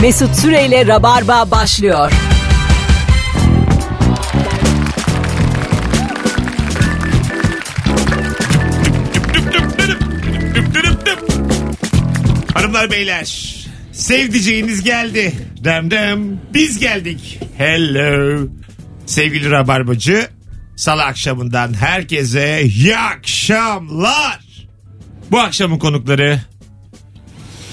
Mesut Süreyle Rabarba başlıyor. Hanımlar beyler sevdiceğiniz geldi. Dem dem biz geldik. Hello. Sevgili Rabarbacı salı akşamından herkese iyi akşamlar. Bu akşamın konukları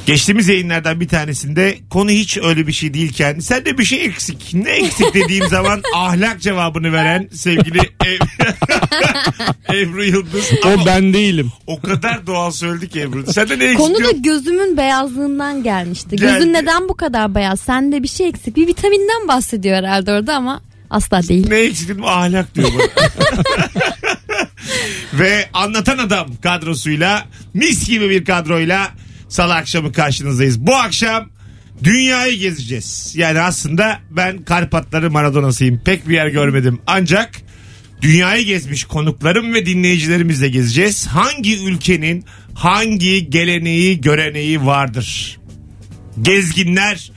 Geçtiğimiz yayınlardan bir tanesinde konu hiç öyle bir şey değilken sen de bir şey eksik. Ne eksik dediğim zaman ahlak cevabını veren sevgili Ev- Ebru Yıldız. Ama O ben değilim. o kadar doğal söyledi ki Ebru. Sen de ne eksik? Konu da yok? gözümün beyazlığından gelmişti. Geldi. Gözün neden bu kadar beyaz? Sende bir şey eksik. Bir vitaminden bahsediyor herhalde orada ama asla değil. Ne eksik dedim? Ahlak diyor bana. Ve anlatan adam kadrosuyla mis gibi bir kadroyla salı akşamı karşınızdayız. Bu akşam dünyayı gezeceğiz. Yani aslında ben Karpatları Maradona'sıyım. Pek bir yer görmedim. Ancak dünyayı gezmiş konuklarım ve dinleyicilerimizle gezeceğiz. Hangi ülkenin hangi geleneği, göreneği vardır? Gezginler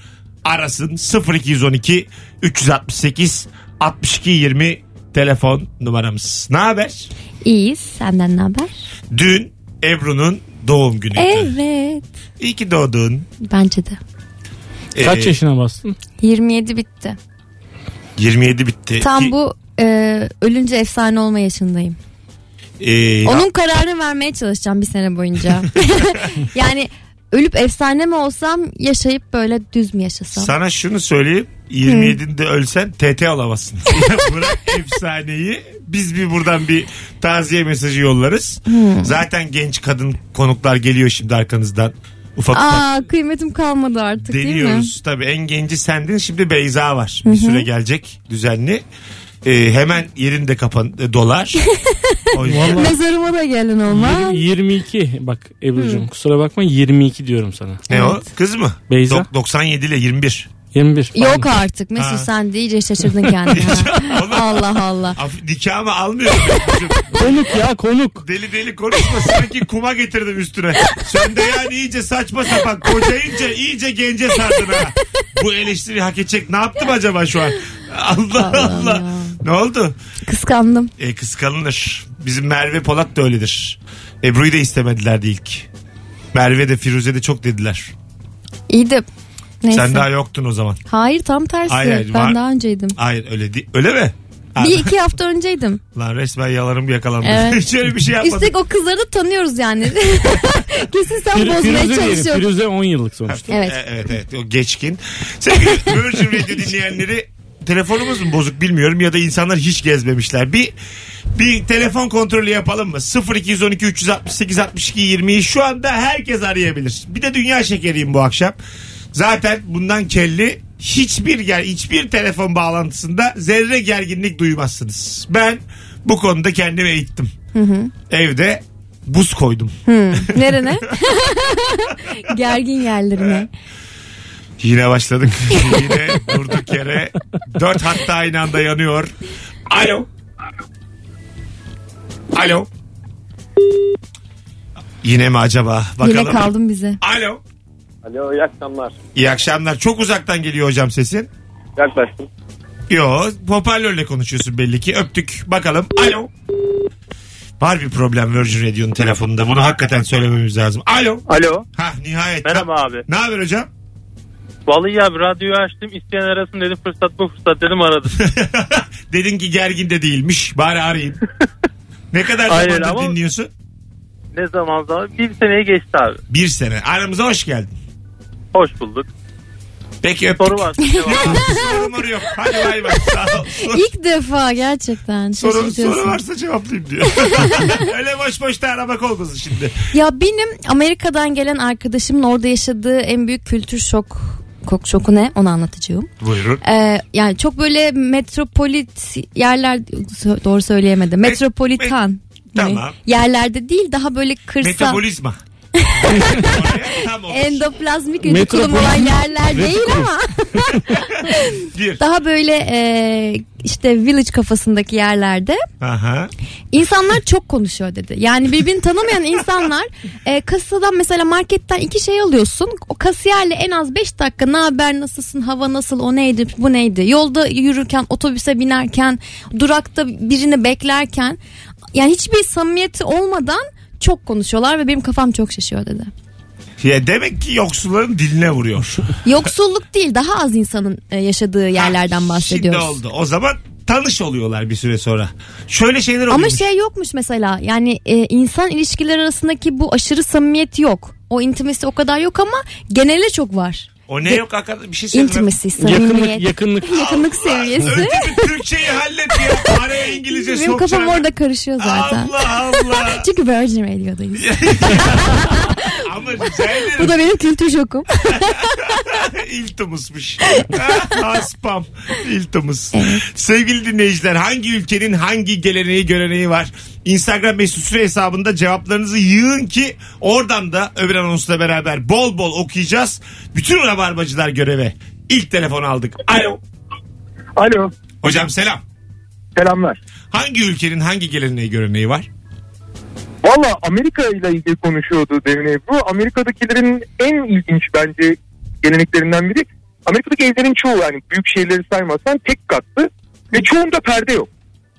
arasın 0212 368 62 20 telefon numaramız. Ne haber? İyiyiz. Senden ne haber? Dün Ebru'nun doğum günüydü. Evet. İyi ki doğdun. Bence de. Kaç Ee, yaşına bastın? 27 bitti. 27 bitti. Ki, Tam bu e, ölünce efsane olma yaşındayım. e, Onun kararını vermeye çalışacağım bir sene boyunca. yani ölüp efsane mi olsam yaşayıp böyle düz mü yaşasam? Sana şunu söyleyeyim. 27'inde ölsen TT alamazsın. Bırak efsaneyi. Biz bir buradan bir taziye mesajı yollarız. Hmm. Zaten genç kadın konuklar geliyor şimdi arkanızdan. Ufak ufak Aa kıymetim kalmadı artık değil mi? deniyoruz. Tabii en genci sendin. Şimdi Beyza var. Bir süre gelecek düzenli. Ee, hemen yerinde kapan e, dolar. O yüzden- Vallahi Mezarıma da gelin olma. 22 bak Ebru'cum kusura bakma 22 diyorum sana. ne o? Kız mı? Beyza. Dok- 97 ile 21. 21. Yok Pardon. artık Mesut Ha. sen de iyice şaşırdın kendini. Oğlum, Allah Allah. af- nikahımı almıyor. Konuk ya konuk. deli deli konuşma sanki kuma getirdim üstüne. Sen de yani iyice saçma sapan kocayınca iyice gence sardın ha. Bu eleştiri hak edecek ne yaptım acaba şu an? Allah Allah. Ne oldu? Kıskandım. E, kıskanılır. Bizim Merve Polat da öyledir. Ebru'yu da istemedilerdi ilk. Merve de Firuze de çok dediler. İyi de neyse. Sen daha yoktun o zaman. Hayır tam tersi. Hayır, hayır, ben var- daha önceydim. Hayır öyle değil. Öyle mi? Ha, Bir iki hafta önceydim. Lan resmen yalanım yakalandı. Evet. Hiç öyle bir şey yapmadım. Üstelik o kızları da tanıyoruz yani. Kesin sen Fir- bozmaya Firuze diyelim. çalışıyorsun. Firuze 10 yıllık sonuçta. Evet. E, evet evet o geçkin. Sevgili Virgin Radio dinleyenleri telefonumuz mu bozuk bilmiyorum ya da insanlar hiç gezmemişler. Bir bir telefon kontrolü yapalım mı? 0212 368 62 20'yi şu anda herkes arayabilir. Bir de dünya şekeriyim bu akşam. Zaten bundan kelli hiçbir yer, hiçbir telefon bağlantısında zerre gerginlik duymazsınız. Ben bu konuda kendimi eğittim. Evde buz koydum. Nerene? Gergin yerlerine. Yine başladık. Yine durduk yere. Dört hatta aynı anda yanıyor. Alo. Alo. Yine mi acaba? Bakalım. Yine kaldım bize. Alo. Alo iyi akşamlar. İyi akşamlar. Çok uzaktan geliyor hocam sesin. Yaklaştım. Yo hoparlörle konuşuyorsun belli ki. Öptük. Bakalım. Alo. Var bir problem Virgin Radio'nun telefonunda. Bunu hakikaten söylememiz lazım. Alo. Alo. Hah nihayet. Merhaba abi. Ne haber hocam? Vallahi abi radyoyu açtım isteyen arasın dedim fırsat bu fırsat dedim aradım. Dedin ki gergin de değilmiş. Bari arayayım. ne kadar Hayır zamandır ama- dinliyorsun? ne zaman zaman bir seneye geçti abi. Bir sene. Aramıza hoş geldin. Hoş bulduk. Peki öptük. Soru var. Soru moru yok. Hadi bay bay. Sağ ol. Sor- İlk defa gerçekten Sorun, şaşırtıyorsun. soru varsa cevaplayayım diyor. Öyle boş boş da aramak olmasın şimdi. Ya benim Amerika'dan gelen arkadaşımın orada yaşadığı en büyük kültür şok kok şoku ne onu anlatacağım. Buyurun. Ee, yani çok böyle metropolit yerler sö- doğru söyleyemedim. Metropolitan me- hani tamam. yerlerde değil daha böyle kırsal Metabolizma. Oraya tam olur. endoplazmik retikulum olan Metropolitan yerler değil ama Gir. Daha böyle e, işte village kafasındaki yerlerde Aha. insanlar çok konuşuyor dedi. Yani birbirini tanımayan insanlar e, kasadan mesela marketten iki şey alıyorsun. O kasiyerle en az 5 dakika ne haber nasılsın hava nasıl o neydi bu neydi. Yolda yürürken otobüse binerken durakta birini beklerken yani hiçbir samimiyeti olmadan çok konuşuyorlar ve benim kafam çok şaşıyor dedi. Ya demek ki yoksulların diline vuruyor. Yoksulluk değil daha az insanın e, yaşadığı yerlerden bahsediyoruz. Şimdi oldu. O zaman tanış oluyorlar bir süre sonra. Şöyle şeyler oluyor. Ama şey yokmuş mesela yani e, insan ilişkiler arasındaki bu aşırı samimiyet yok. O intimisi o kadar yok ama genele çok var. O ne yok hakikaten bir şey söyleyeyim. İntimisi, Yakınlık, samimiyet, yakınlık. yakınlık seviyesi. Önce bir Türkçeyi hallet ya. Araya İngilizce Benim kafam sokacağını. orada karışıyor zaten. Allah Allah. Çünkü Virgin Radio'dayız. Ama rica ederim. Bu da benim kültür şokum. İltimusmuş. Ha, Spam. İltimus. Sevgili dinleyiciler hangi ülkenin hangi geleneği göreneği var? Instagram mesut süre hesabında cevaplarınızı yığın ki oradan da öbür anonsla beraber bol bol okuyacağız. Bütün rabarbacılar göreve. İlk telefon aldık. Alo. Alo. Hocam selam. Selamlar. Hangi ülkenin hangi geleneği göreneği var? Valla Amerika ile ilgili konuşuyordu demin Ebru. Amerika'dakilerin en ilginç bence geleneklerinden biri. Amerika'daki evlerin çoğu yani büyük şehirleri saymasan tek katlı ve çoğunda perde yok.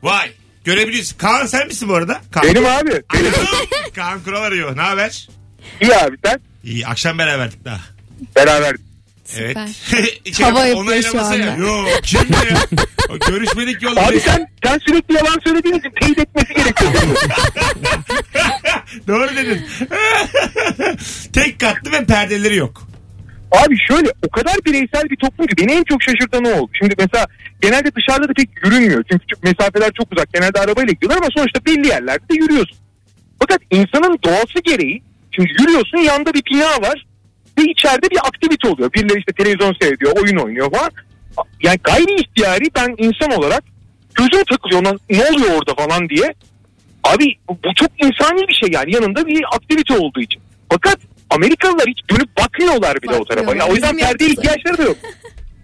Vay. Görebiliriz. Kaan sen misin bu arada? Kaan. Benim abi. Benim. Alo. Kaan Kural arıyor. Ne haber? İyi abi sen. İyi akşam beraberdik daha. Beraber. Evet. Süper. Şey, Hava yapıyor onaylamasana. şu anda. Yok kim ya? O Görüşmedik yolda. Abi sen, sen sürekli yalan söylediğin için teyit etmesi gerekiyor. Doğru dedin. Tek katlı ve perdeleri yok. Abi şöyle o kadar bireysel bir toplum ki beni en çok şaşırtan o oldu. Şimdi mesela genelde dışarıda da pek yürünmüyor. Çünkü küçük mesafeler çok uzak. Genelde arabayla gidiyorlar ama sonuçta belli yerlerde de yürüyorsun. Fakat insanın doğası gereği şimdi yürüyorsun yanda bir bina var ve içeride bir aktivite oluyor. Birileri işte televizyon seyrediyor, oyun oynuyor falan. Yani gayri ihtiyari ben insan olarak gözüm takılıyor "Lan ne oluyor orada falan diye. Abi bu bu çok insani bir şey yani yanında bir aktivite olduğu için. Fakat Amerikalılar hiç dönüp bakmıyorlar bile o tarafa. Ya, o yüzden Bakmıyorlar. perdeye ihtiyaçları da yok.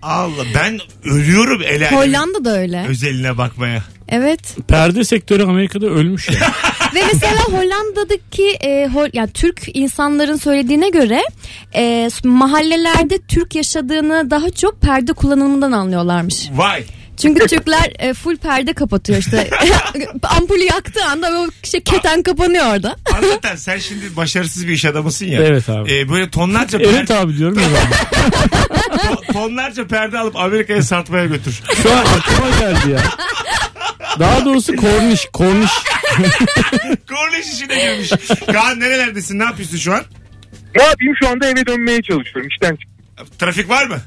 Allah ben ölüyorum el alemin Hollanda da öyle. Özeline bakmaya. Evet. Perde sektörü Amerika'da ölmüş ya. Ve mesela Hollanda'daki e, Hol yani Türk insanların söylediğine göre e, mahallelerde Türk yaşadığını daha çok perde kullanımından anlıyorlarmış. Vay. Çünkü Türkler e, full perde kapatıyor işte. Ampulü yaktığı anda o şey keten kapanıyor orada. Anlatan sen şimdi başarısız bir iş adamısın ya. Evet abi. Ee, böyle tonlarca evet perde, abi diyorum ya. ben. ton- tonlarca perde alıp Amerika'ya satmaya götür. Şu an aklıma geldi ya. Daha doğrusu korniş, korniş. Korniş işine girmiş. Kaan nerelerdesin? Ne yapıyorsun şu an? Ne yapayım şu anda eve dönmeye çalışıyorum. İşten çık- Trafik var mı?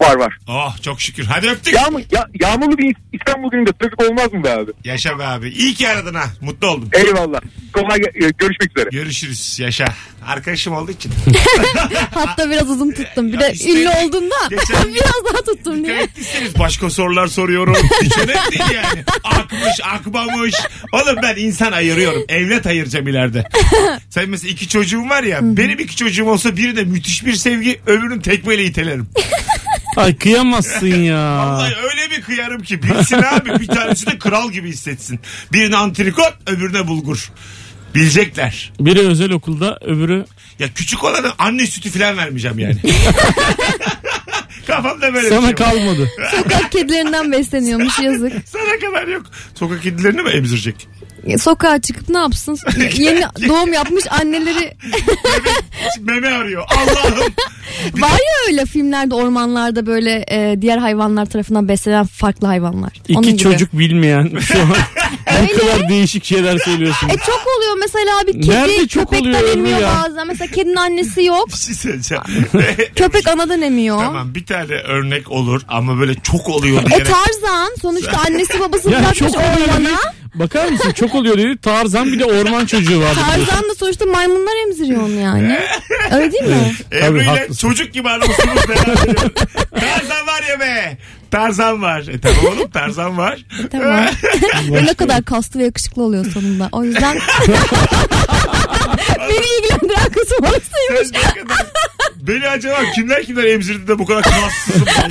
var var. Oh çok şükür. Hadi öptük. Yağmur, ya, yağmurlu bir İstanbul gününde trafik olmaz mı be abi? Yaşa be abi. İyi ki aradın ha. Mutlu oldum. Eyvallah. Kolay ge- e, görüşmek üzere. Görüşürüz. Yaşa. Arkadaşım olduğu için. Hatta biraz uzun tuttum. Bir Ya de işte- ünlü olduğunda Geçen- biraz daha tuttum diye. Kayıtlısınız. Başka sorular soruyorum. Hiç önemli değil yani. Akmış, akmamış. Oğlum ben insan ayırıyorum. Evlat ayıracağım ileride. Sen mesela iki çocuğum var ya. benim iki çocuğum olsa birine müthiş bir sevgi, öbürünü tekmeyle itelerim. Ay kıyamazsın ya. Vallahi öyle bir kıyarım ki. Bilsin abi. Bir tanesi de kral gibi hissetsin. Birine antrikot, öbürüne bulgur. Bilecekler. Biri özel okulda öbürü Ya küçük olana anne sütü falan vermeyeceğim yani. Kafamda böyle bir şey sana var. kalmadı. Sokak kedilerinden besleniyormuş yazık. Sana kadar yok. Sokak kedilerini mi emzirecek? Sokağa çıkıp ne yapsın? Yeni doğum yapmış anneleri Meme arıyor. Allah'ım. Var ya öyle filmlerde ormanlarda böyle e, diğer hayvanlar tarafından beslenen farklı hayvanlar. İki Onun gibi. çocuk bilmeyen şu an. Bu kadar değişik şeyler söylüyorsun. E çok oluyor mesela bir kedi Nerede çok köpekten oluyor emiyor ya? bazen. Mesela kedinin annesi yok. Bir şey söyleyeceğim. Ee, Köpek anadan emiyor. tamam bir tane örnek olur ama böyle çok oluyor E diyerek. Tarzan sonuçta annesi babasını Yani bırakmış çok oluyor dedi. ormana. Bakar mısın çok oluyor dedi. Tarzan bir de orman çocuğu vardı. Tarzan da sonuçta maymunlar emziriyor onu yani. Öyle değil mi? Ebru Tabii, ile haklısın. çocuk gibi anlamışsınız. devam ediyor. Tarzan var ya be. Tarzan var. E tamam oğlum Tarzan var. Tamam. Ve ne kadar kaslı ve yakışıklı oluyor sonunda. O yüzden beni ilgilendiren kısım orasıymış. Sen ne kadar Beni acaba kimler kimler emzirdi de bu kadar kassızım. ben?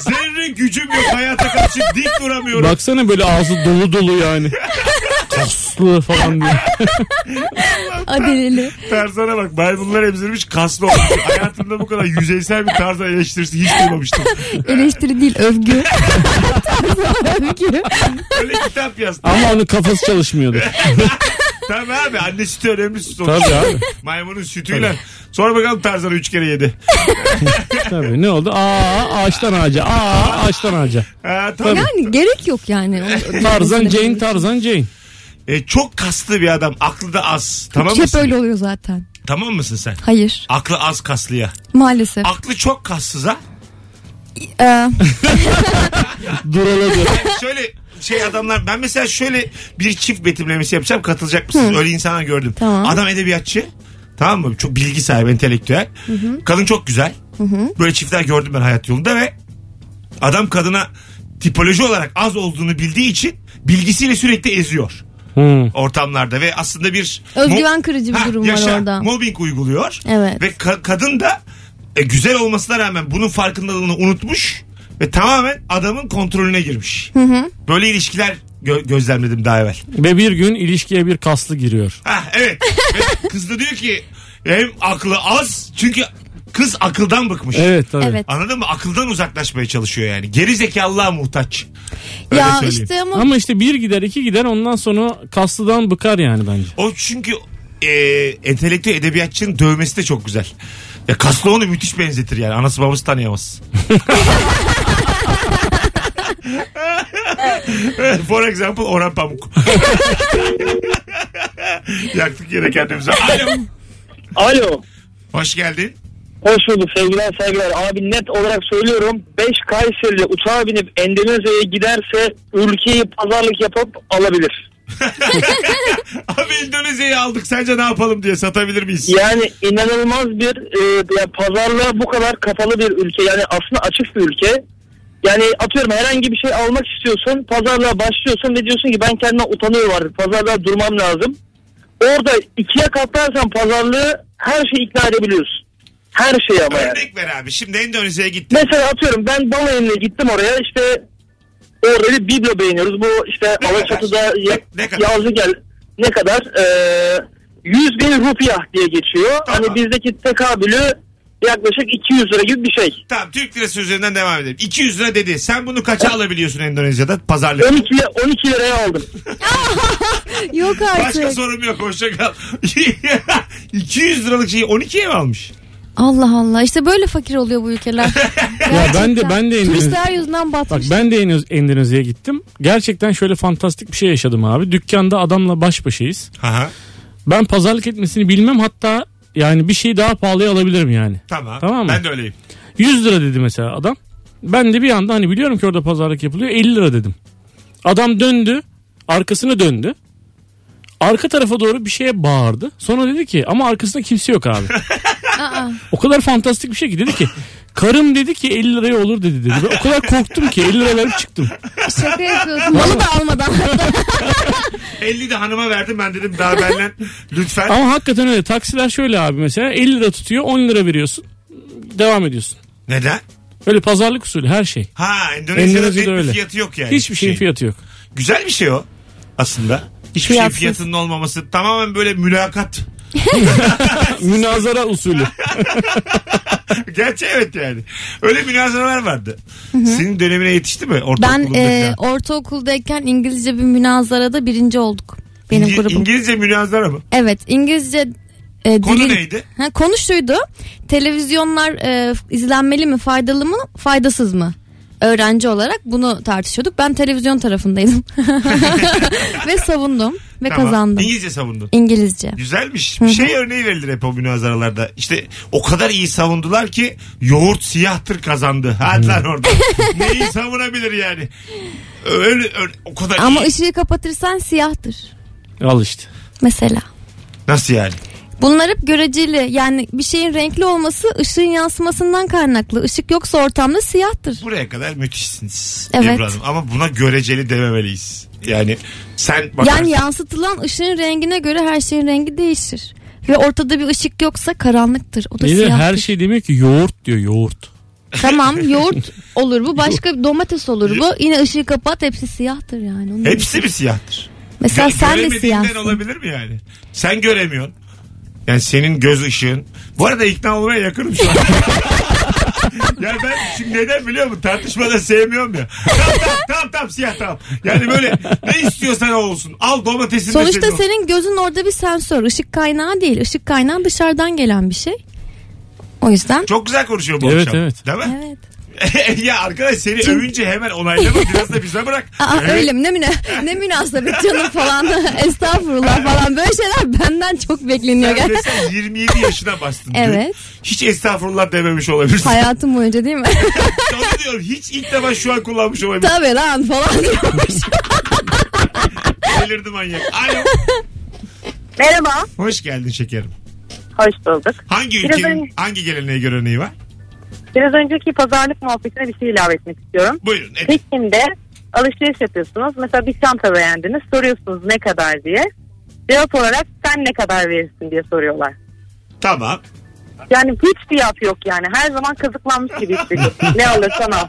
Zerre gücüm yok hayata karşı dik duramıyorum. Baksana böyle ağzı dolu dolu yani. Kaslı falan diye. Adeleli. Tarzana bak maymunlar emzirmiş kaslı olmuş. Hayatımda bu kadar yüzeysel bir tarzan eleştirisi hiç duymamıştım. Eleştiri değil övgü. övgü. Öyle kitap yazdı. Ama onun kafası çalışmıyordu. Tabii abi anne sütü önemli süt olmuş. Tabii abi. Maymunun sütüyle. Sonra bakalım Tarzan'ı üç kere yedi. Tabii ne oldu? Aa ağaçtan ağaca. Aa ağaçtan ağaca. Ha, tabii. Yani gerek yok yani. Onu- Tarzan Jane Tarzan Jane. E, çok kaslı bir adam. Aklı da az. Tamam Hep mısın? öyle oluyor zaten. Tamam mısın sen? Hayır. Aklı az kaslıya. Maalesef. Aklı çok kassız ha. Ee, Duraladı. Şöyle şey adamlar ben mesela şöyle bir çift betimlemesi yapacağım katılacak mısınız? Öyle insanlar gördüm. Tamam. Adam edebiyatçı. Tamam mı? Çok bilgi sahibi, entelektüel. Kadın çok güzel. Böyle çiftler gördüm ben hayat yolunda ve adam kadına tipoloji olarak az olduğunu bildiği için bilgisiyle sürekli eziyor Hmm. ortamlarda ve aslında bir Özgüven kırıcı bir durum var orada. Mobbing uyguluyor. Evet. Ve ka- kadın da e, güzel olmasına rağmen bunun farkındalığını unutmuş ve tamamen adamın kontrolüne girmiş. Böyle ilişkiler gö- gözlemledim daha evvel. Ve bir gün ilişkiye bir kaslı giriyor. Ha evet. Ve kız da diyor ki hem aklı az çünkü kız akıldan bıkmış. Evet tabii. evet. Anladın mı? Akıldan uzaklaşmaya çalışıyor yani. Geri zekalılığa muhtaç. Öyle Ya söyleyeyim. işte ama Ama işte bir gider iki gider ondan sonra kaslıdan bıkar yani bence. O çünkü e, entelektüel edebiyatçının dövmesi de çok güzel. Ya kaslı onu müthiş benzetir yani. Anası babası tanıyamaz. For example Orhan Pamuk. Yaktık yere kendimize. Alo. Alo. Hoş geldin. Hoş bulduk sevgiler saygılar. Abi net olarak söylüyorum 5 Kayserili uçağa binip Endonezya'ya giderse ülkeyi pazarlık yapıp alabilir. Abi Endonezya'yı aldık sence ne yapalım diye satabilir miyiz? Yani inanılmaz bir e, ya pazarlığa bu kadar kapalı bir ülke. Yani aslında açık bir ülke. Yani atıyorum herhangi bir şey almak istiyorsun. Pazarlığa başlıyorsun ve diyorsun ki ben kendime utanıyorum artık. Pazarlığa durmam lazım. Orada ikiye katlarsan pazarlığı her şeyi ikna edebiliyorsun. Her şeyi ama yani. Örnek ver abi. Şimdi Endonezya'ya gittin. Mesela atıyorum ben Balay'ınla gittim oraya işte orada bir biblo beğeniyoruz. Bu işte Ne Alaçatı'da kadar? ya, Ne- ne kadar? yazı gel ne kadar? Ee, 100 bin rupiah diye geçiyor. Tamam. Hani bizdeki tekabülü yaklaşık 200 lira gibi bir şey. Tamam Türk lirası üzerinden devam edelim. 200 lira dedi. Sen bunu kaça alabiliyorsun Endonezya'da pazarlık? 12, 12 liraya aldım. yok Başka artık. sorum yok hoşçakal. 200 liralık şeyi 12'ye mi almış? Allah Allah işte böyle fakir oluyor bu ülkeler. Ya ben de ben de Endonezya. Turistler yüzünden Bak batmış. ben de Endo- Endonezya'ya gittim. Gerçekten şöyle fantastik bir şey yaşadım abi. Dükkanda adamla baş başayız. Aha, Ben pazarlık etmesini bilmem hatta yani bir şey daha pahalıya alabilirim yani. tamam. Tamam mı? Ben de öyleyim. 100 lira dedi mesela adam. Ben de bir anda hani biliyorum ki orada pazarlık yapılıyor 50 lira dedim. Adam döndü arkasını döndü. Arka tarafa doğru bir şeye bağırdı. Sonra dedi ki ama arkasında kimse yok abi. Aa, O kadar fantastik bir şey ki dedi ki karım dedi ki 50 liraya olur dedi dedi. Ben o kadar korktum ki 50 lira verip çıktım. şaka yapıyorsun. Malı da almadan. 50 de hanıma verdim ben dedim daha benden lütfen. Ama hakikaten öyle taksiler şöyle abi mesela 50 lira tutuyor 10 lira veriyorsun devam ediyorsun. Neden? Öyle pazarlık usulü her şey. Ha Endonezya'da Endonezya'da net bir öyle. fiyatı yok yani. Hiçbir şeyin şey. fiyatı yok. Güzel bir şey o aslında. Hiçbir şeyin Fiyatsız. fiyatının olmaması tamamen böyle mülakat. Münazara usulü. Gerçi evet yani. Öyle münazaralar vardı. Senin dönemine yetişti mi? Ben Ortaokulunda e, falan. ortaokuldayken İngilizce bir münazarada birinci olduk. Benim İngi- grubum. İngilizce münazara mı? Evet İngilizce e, Konu dilin- neydi? Ha, konu şuydu. Televizyonlar e, izlenmeli mi faydalı mı faydasız mı? Öğrenci olarak bunu tartışıyorduk. Ben televizyon tarafındaydım. ve savundum ve Tamam. kazandım. İngilizce savundun. İngilizce. Güzelmiş. Bir şey örneği verilir hep o münazaralarda. İşte o kadar iyi savundular ki yoğurt siyahtır kazandı. Hadi lan orada. Neyi savunabilir yani? Öyle, öyle- o kadar Ama iyi. ışığı kapatırsan siyahtır Al işte. mesela. Nasıl yani? Bunlar hep göreceli yani bir şeyin renkli olması ışığın yansımasından kaynaklı. Işık yoksa ortamda siyahtır. Buraya kadar müthişsiniz. Evet. Ebru Hanım. Ama buna göreceli dememeliyiz. Yani sen bakarsın. Yani yansıtılan ışığın rengine göre her şeyin rengi değişir. Ve ortada bir ışık yoksa karanlıktır. O da Bir de siyahtır. her şey demiyor ki yoğurt diyor yoğurt. Tamam yoğurt olur bu. Başka domates olur bu. Yine ışığı kapat hepsi siyahtır yani. Onun Hepsi mi siyahtır? Mesela Gö- sen de göremediğinden siyahsın. olabilir mi yani? Sen göremiyorsun. Yani senin göz ışığın. Bu arada ikna olmaya yakınım şu an. ya ben şimdi neden biliyor musun? Tartışmada sevmiyorum ya. Tamam tamam tamam, tamam siyah tamam. Yani böyle ne istiyorsan o olsun. Al domatesini de Sonuçta senin olsun. senin gözün orada bir sensör. Işık kaynağı değil. Işık kaynağı dışarıdan gelen bir şey. O yüzden Çok güzel konuşuyor bu Evet, akşam. evet. Değil mi? evet. ya arkadaş seni övünce hemen onaylama biraz da bize bırak. Aa, Evet. öyle mi? Ne, müne, ne münasebet canım falan. Estağfurullah falan. Böyle şeyler benden çok bekleniyor. Sen gerçekten. mesela 27 yaşına bastın. dün. Evet. Hiç estağfurullah dememiş olabilirsin. Hayatım boyunca değil mi? Onu diyorum hiç ilk defa şu an kullanmış olabilirsin. Tabii lan falan diyormuş. Delirdi manyak. Alo. Merhaba. Hoş geldin şekerim. Hoş bulduk. Hangi Biraz ülkenin önce- hangi geleneğe göre neyi var? Biraz önceki pazarlık muhabbetine bir şey ilave etmek istiyorum. Buyurun. Evet. Pekin'de alışveriş yapıyorsunuz. Mesela bir çanta beğendiniz. Soruyorsunuz ne kadar diye. Cevap olarak sen ne kadar verirsin diye soruyorlar. Tamam. Yani hiç fiyat yok yani. Her zaman kazıklanmış gibi hissediyorsun. ne alırsan al.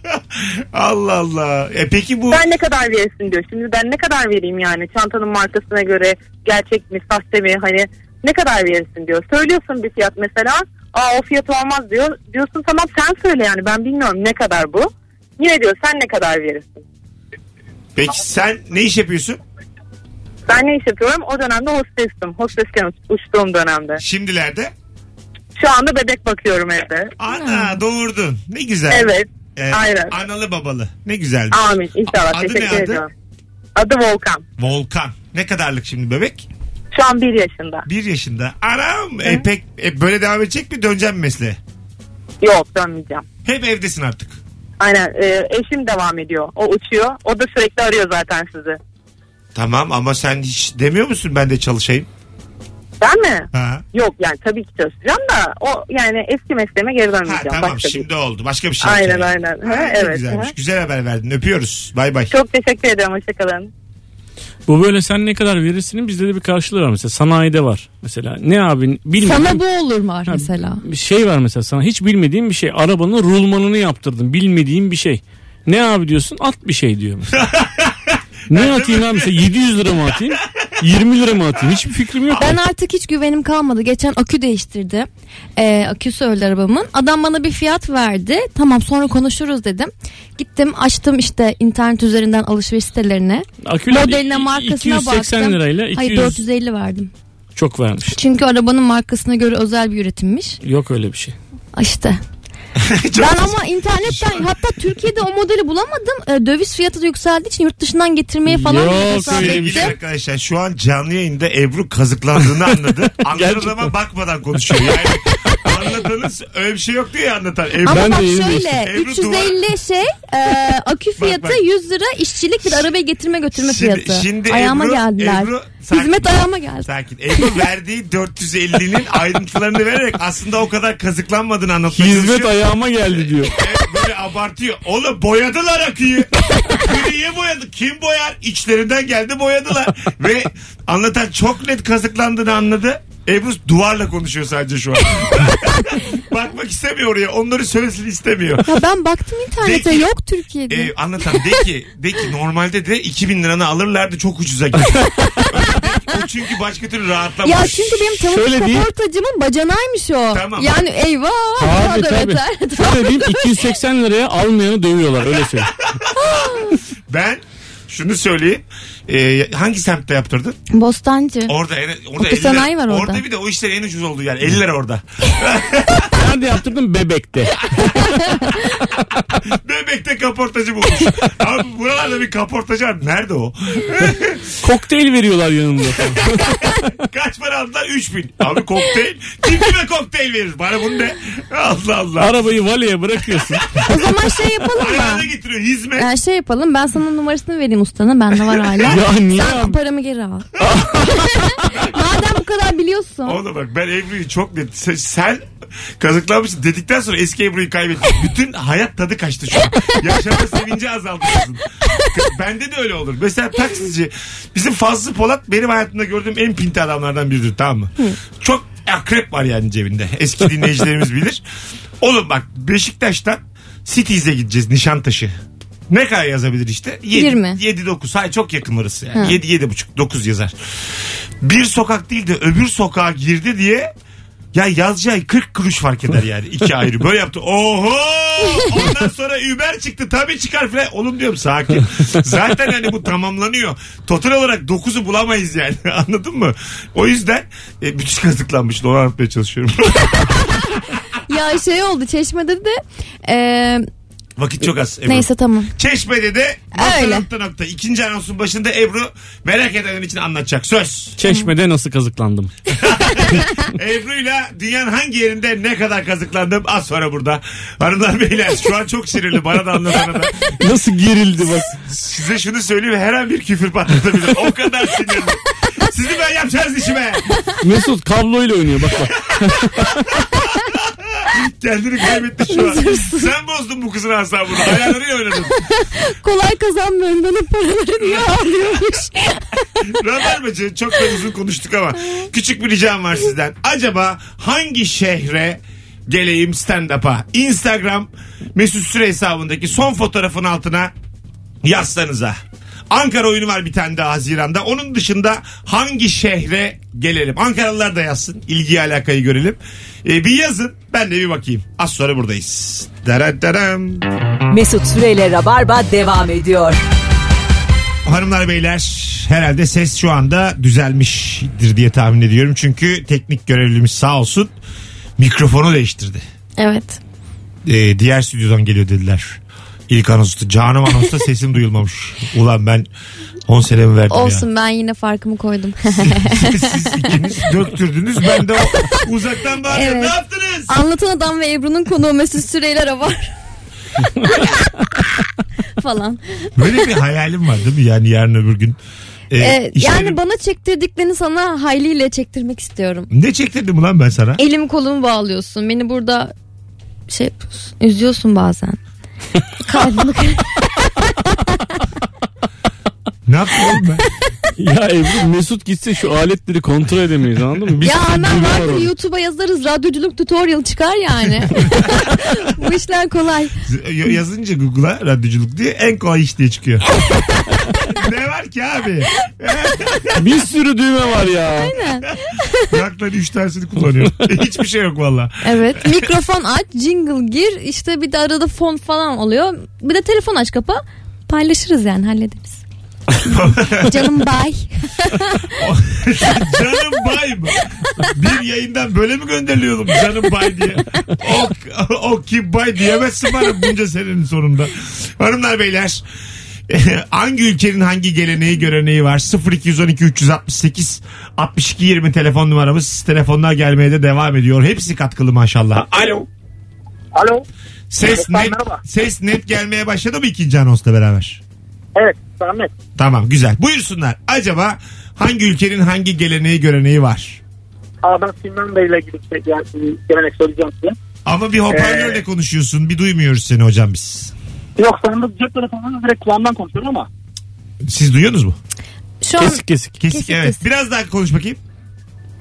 Allah Allah. E peki bu Sen ne kadar verirsin diyor. Şimdi ben ne kadar vereyim yani? Çantanın markasına göre gerçek mi sahte mi? Hani ne kadar verirsin diyor. Söylüyorsun bir fiyat mesela. Aa o fiyat olmaz diyor. Diyorsun tamam sen söyle yani ben bilmiyorum ne kadar bu. Yine diyor sen ne kadar verirsin? peki sen ne iş yapıyorsun? Ben ne iş yapıyorum? O dönemde hostestim. Hostesken uçtuğum dönemde. Şimdilerde? Şu anda bebek bakıyorum evde. Ana doğurdun. Ne güzel. Hmm. Evet. E, aynen. Analı babalı. Ne güzeldi. Amin. İnşallah. Adı ne Teşekkür adı? ediyorum. Adı Volkan. Volkan. Ne kadarlık şimdi bebek? Şu an bir yaşında. Bir yaşında. Anam. E, pek, e, böyle devam edecek mi? Döneceğim mi mesleğe. Yok dönmeyeceğim. Hep evdesin artık. Aynen. Ee, eşim devam ediyor. O uçuyor. O da sürekli arıyor zaten sizi. Tamam ama sen hiç demiyor musun ben de çalışayım? Ben mi? Ha. Yok yani tabii ki çalışacağım da o yani eski mesleğime geri Ha dönmeyeceğim. tamam Başka şimdi bir. oldu. Başka bir şey. Aynen, yapacaksın. aynen. Ha, Ha, çok evet, Güzelmiş. ha. Güzel haber verdin. Öpüyoruz. Bay bay. Çok teşekkür ederim. Hoşçakalın. Bu böyle sen ne kadar verirsin bizde de bir karşılığı var mesela sanayide var. Mesela ne abi bilmiyorum. Sana bu olur var mesela. Bir şey var mesela sana hiç bilmediğin bir şey. Arabanın rulmanını yaptırdın bilmediğin bir şey. Ne abi diyorsun at bir şey diyor mesela. ne atayım abi mesela 700 lira mı atayım 20 lira mı atayım hiçbir fikrim yok. Ben artık hiç güvenim kalmadı. Geçen akü değiştirdi. Ee, aküsü öldü arabamın. Adam bana bir fiyat verdi. Tamam sonra konuşuruz dedim. Gittim açtım işte internet üzerinden alışveriş sitelerine. Aküler modeline markasına 280 baktım. lirayla 200 Hayır 450 verdim. çok vermiş. Çünkü arabanın markasına göre özel bir üretimmiş. Yok öyle bir şey. Ay İşte. Çok Ben ama internetten hatta Türkiye'de o modeli bulamadım. Ee, döviz fiyatı da yükseldiği için yurt dışından getirmeye falan Yok, bir hesap öyle bir Sevgili ettim. şey. arkadaşlar şu an canlı yayında Ebru kazıklandığını anladı. Anlatan Gerçekten. ama bakmadan konuşuyor. Yani anlatanız öyle bir şey yok diye anlatan. Ebru, Ama Ben de bak yeni şöyle değiştirdim. 350 şey e, akü fiyatı bak. 100 lira işçilik bir arabaya getirme götürme Şimdi- fiyatı. şimdi ayağıma Ebru- geldiler. Ebru, sakin. Hizmet ayağıma geldi. sakin. Ebru verdiği 450'nin ayrıntılarını vererek aslında o kadar kazıklanmadığını anlatmaya Hizmet çalışıyor. ayağıma geldi diyor. Evet, böyle abartıyor. Oğlum boyadılar akıyı. Akıyı Niye boyadı? Kim boyar? İçlerinden geldi boyadılar. Ve anlatan çok net kazıklandığını anladı. Ebru duvarla konuşuyor sadece şu an. Bakmak istemiyor oraya. Onları söylesin istemiyor. Ya ben baktım internete Peki. yok Türkiye'de. E, Ee, anlatan de ki, de ki normalde de 2000 liranı alırlardı çok ucuza gitti. O çünkü başka türlü rahatlamış. ya çünkü benim Şöyle tavuk değil. kaportacımın bacanaymış o. Tamam. Yani eyvah. daha Abi da tabii. beter. Şöyle diyeyim 280 liraya almayanı dövüyorlar öyle söyleyeyim. Ben şunu söyleyeyim. Ee, hangi semtte yaptırdın? Bostancı. Orada en- orada Okul 50 lira- sanayi var orada. Orada bir de o işler en ucuz olduğu yer. 50 lira orada. Nerede yaptırdın? Bebek'te. Bebekte kaportacı bulmuş. Abi buralarda bir kaportacı var. Nerede o? Kokteyl veriyorlar yanında. Kaç para aldılar? 3000. Abi kokteyl. Kim kime kokteyl verir? Bana bunu ne? Allah Allah. Arabayı valeye bırakıyorsun. O zaman şey yapalım mı? Ayağına getiriyor hizmet. Yani şey yapalım ben sana numarasını vereyim ustana bende var hala. ya niye Sen abi? paramı geri al. Madem Madem bu kadar biliyorsun. Oğlum bak ben Ebru'yu çok net. Sen, sen kazıklanmışsın dedikten sonra eski Ebru'yu kaybettin. Bütün hayat tadı kaçtı şu an. Yaşama sevinci azaldı kızın. K- Bende de öyle olur. Mesela taksici. Bizim Fazlı Polat benim hayatımda gördüğüm en pinti adamlardan biridir tamam mı? Çok akrep var yani cebinde. Eski dinleyicilerimiz bilir. Oğlum bak Beşiktaş'tan Cities'e gideceğiz Nişantaşı. Ne kadar yazabilir işte? 7, 20. 7 9. Hayır çok yakın orası yani. 7 7 buçuk 9 yazar bir sokak değil de öbür sokağa girdi diye ya yazacağı 40 kuruş fark eder yani iki ayrı böyle yaptı. Oho! Ondan sonra Uber çıktı tabii çıkar filan. Oğlum diyorum sakin. Zaten hani bu tamamlanıyor. Total olarak 9'u bulamayız yani anladın mı? O yüzden e, müthiş kazıklanmış onu anlatmaya çalışıyorum. Ya şey oldu çeşmede de e, Vakit çok az. Ebru. neyse tamam. Çeşme'de de nokta Öyle. nokta nokta. İkinci anonsun başında Ebru merak edenler için anlatacak. Söz. Çeşmede nasıl kazıklandım? Ebru'yla dünyanın hangi yerinde ne kadar kazıklandım az sonra burada. Hanımlar beyler şu an çok sinirli bana da anlatana da. Nasıl gerildi bak. Size şunu söyleyeyim her an bir küfür patlatabilir. O kadar sinirli. Sizi ben yapacağız işime. Mesut kabloyla oynuyor bak bak. Kendini kaybetti şu an. Sen bozdun bu kızın asabını. Ayarlarıyla oynadın. Kolay kazanmıyorum bana paraları diye ağlıyormuş. Rabarbacı çok da uzun konuştuk ama küçük bir ricam var sizden. Acaba hangi şehre geleyim stand-up'a? Instagram Mesut Süre hesabındaki son fotoğrafın altına yazsanıza. Ankara oyunu var bir tane daha Haziran'da. Onun dışında hangi şehre gelelim? Ankaralılar da yazsın. İlgiyi alakayı görelim. Ee, bir yazın. Ben de bir bakayım. Az sonra buradayız. Daradaram. Mesut Süreyle Rabarba devam ediyor. Hanımlar beyler herhalde ses şu anda düzelmiştir diye tahmin ediyorum. Çünkü teknik görevlimiz sağ olsun mikrofonu değiştirdi. evet. Ee, diğer stüdyodan geliyor dediler. İlk anonsta canım anonsta sesim duyulmamış. Ulan ben 10 senemi verdim Olsun ben yine farkımı koydum. ya. Siz ikiniz döktürdünüz ben de o- uzaktan bağırıyorum. Evet. Ne yaptınız? Anlatan Adam ve Ebru'nun konuğu Mesut Süreyler'e var. falan. Böyle bir hayalim var değil mi? Yani yarın öbür gün. Ee, Ee, işlerim- yani bana çektirdiklerini sana hayliyle çektirmek istiyorum. Ne çektirdim ulan ben sana? Elimi kolumu bağlıyorsun. Beni burada şey yapıyorsun, üzüyorsun bazen. Kalbini Ne yaptım oğlum ben? Ya Ebru Mesut gitse şu aletleri kontrol edemeyiz anladın mı? Bir ya sürü hemen düğme var vardır orada. YouTube'a yazarız. Radyoculuk tutorial çıkar yani. Bu işler kolay. Y- yazınca Google'a radyoculuk diye en kolay iş diye çıkıyor. ne var ki abi? Bir sürü düğme var ya. Kulakları üç tanesini kullanıyor. Hiçbir şey yok valla. Evet. Mikrofon aç, jingle gir. İşte bir de arada fon falan oluyor. Bir de telefon aç kapa. Paylaşırız yani hallederiz. Canım bay. Canım bay mı? Bir yayından böyle mi gönderiliyorum canım bay diye? Ok, ok ki bay diyemezsin bana bunca senenin sonunda. Hanımlar beyler hangi ülkenin hangi geleneği göreneği var 0212 368 62 20 telefon numaramız telefonlar gelmeye de devam ediyor hepsi katkılı maşallah Alo. Alo. Ses net, Merhaba. ses net gelmeye başladı mı ikinci anonsla beraber? Evet Samet. Tamam güzel. Buyursunlar. Acaba hangi ülkenin hangi geleneği göreneği var? Aa, ben Finlandiya ile ilgili bir şey, yani, gelenek söyleyeceğim size. Ee, Ama bir hoparlörle konuşuyorsun. Bir duymuyoruz seni hocam biz. Yok sanırım cep telefonunuz direkt kulağımdan konuşuyorum ama. Siz duyuyorsunuz mu? Şu an Kesik kesik. Kesik, Kesik, evet. kesik. Biraz daha konuş bakayım.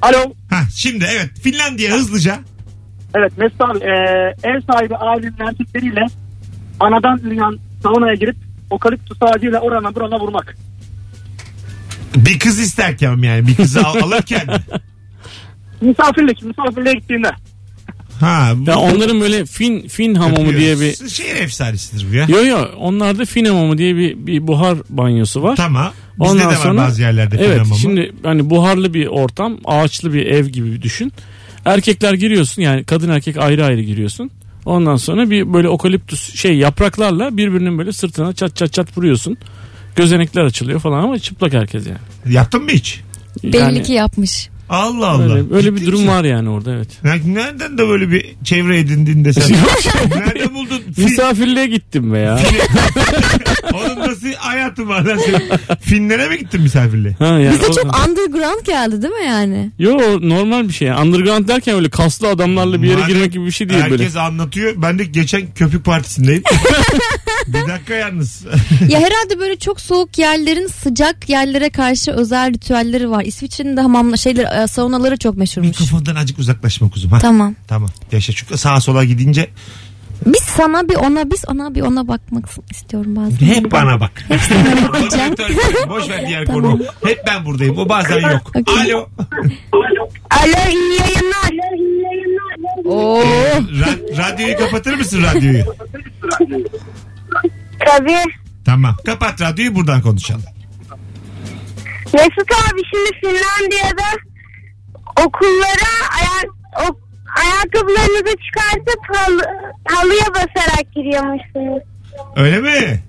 Alo. Ha şimdi evet Finlandiya hızlıca. Evet Mesut abi e, ev sahibi ailenin erkekleriyle anadan üryan saunaya girip okaliptüs ağacıyla orana burana vurmak. Bir kız isterken yani bir kızı al- alırken. mi? Misafirlik, misafirliğe gittiğinde. Ha bu Ya onların böyle fin fin hamamı diye bir Şehir efsanesidir bu ya. Yo yo onlarda fin hamamı diye bir, bir buhar banyosu var. Tamam. Bizde de var bazı yerlerde fin Evet hamamı. şimdi hani buharlı bir ortam ağaçlı bir ev gibi bir düşün. Erkekler giriyorsun yani kadın erkek ayrı ayrı giriyorsun. Ondan sonra bir böyle okaliptüs şey yapraklarla birbirinin böyle sırtına çat çat çat vuruyorsun. Gözenekler açılıyor falan ama çıplak herkes yani. Yaptın mı hiç? belli Yani ki yapmış. Allah Allah. Öyle, öyle bir Ciddi durum misin? var yani orada evet. Ya Nereden de böyle bir çevre edindin de sen? Nerede buldun? Fin- Misafirliğe gittim be ya. Oğlum Lan nasıl hayatım var lan senin? Finlere mi gittin misafirliğe? Ha, yani Bize o- çok underground geldi değil mi yani? Yo o normal bir şey. Underground derken öyle kaslı adamlarla bir yere Madem girmek gibi bir şey değil Herkes böyle. anlatıyor. Ben de geçen köpük partisindeyim. bir dakika yalnız. ya herhalde böyle çok soğuk yerlerin sıcak yerlere karşı özel ritüelleri var. İsviçre'nin de hamamla şeyler e, saunaları çok meşhurmuş. Mikrofondan azıcık uzaklaşma kuzum. Ha. Tamam. Tamam. Yaşa çünkü sağa sola gidince Biz sana bir ona biz ona bir ona bakmak istiyorum bazen. hep bana bak. Hep sana bakacağım. Moderatör, Boş ver diğer Tamam. konuyu. Hep ben buradayım. O bazen yok. Okey. Alo. Alo iyi yayınlar. Alo iyi yayınlar. Oo. Ee, Ra- radyoyu kapatır mısın radyoyu? Tabii. Tamam. Kapat radyoyu buradan konuşalım. Mesut abi şimdi Finlandiya'da okullara ayak, ok- ayakkabılarınızı çıkartıp halı, halıya basarak giriyormuşsunuz. Öyle mi?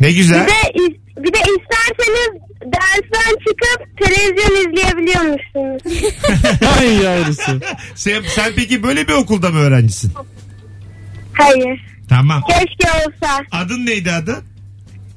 Ne güzel. Bir de, is- bir de isterseniz dersten çıkıp televizyon izleyebiliyormuşsunuz. Ay yavrusu. Sen, sen peki böyle bir okulda mı öğrencisin? Hayır. Tamam. Keşke olsa. Adın neydi adı?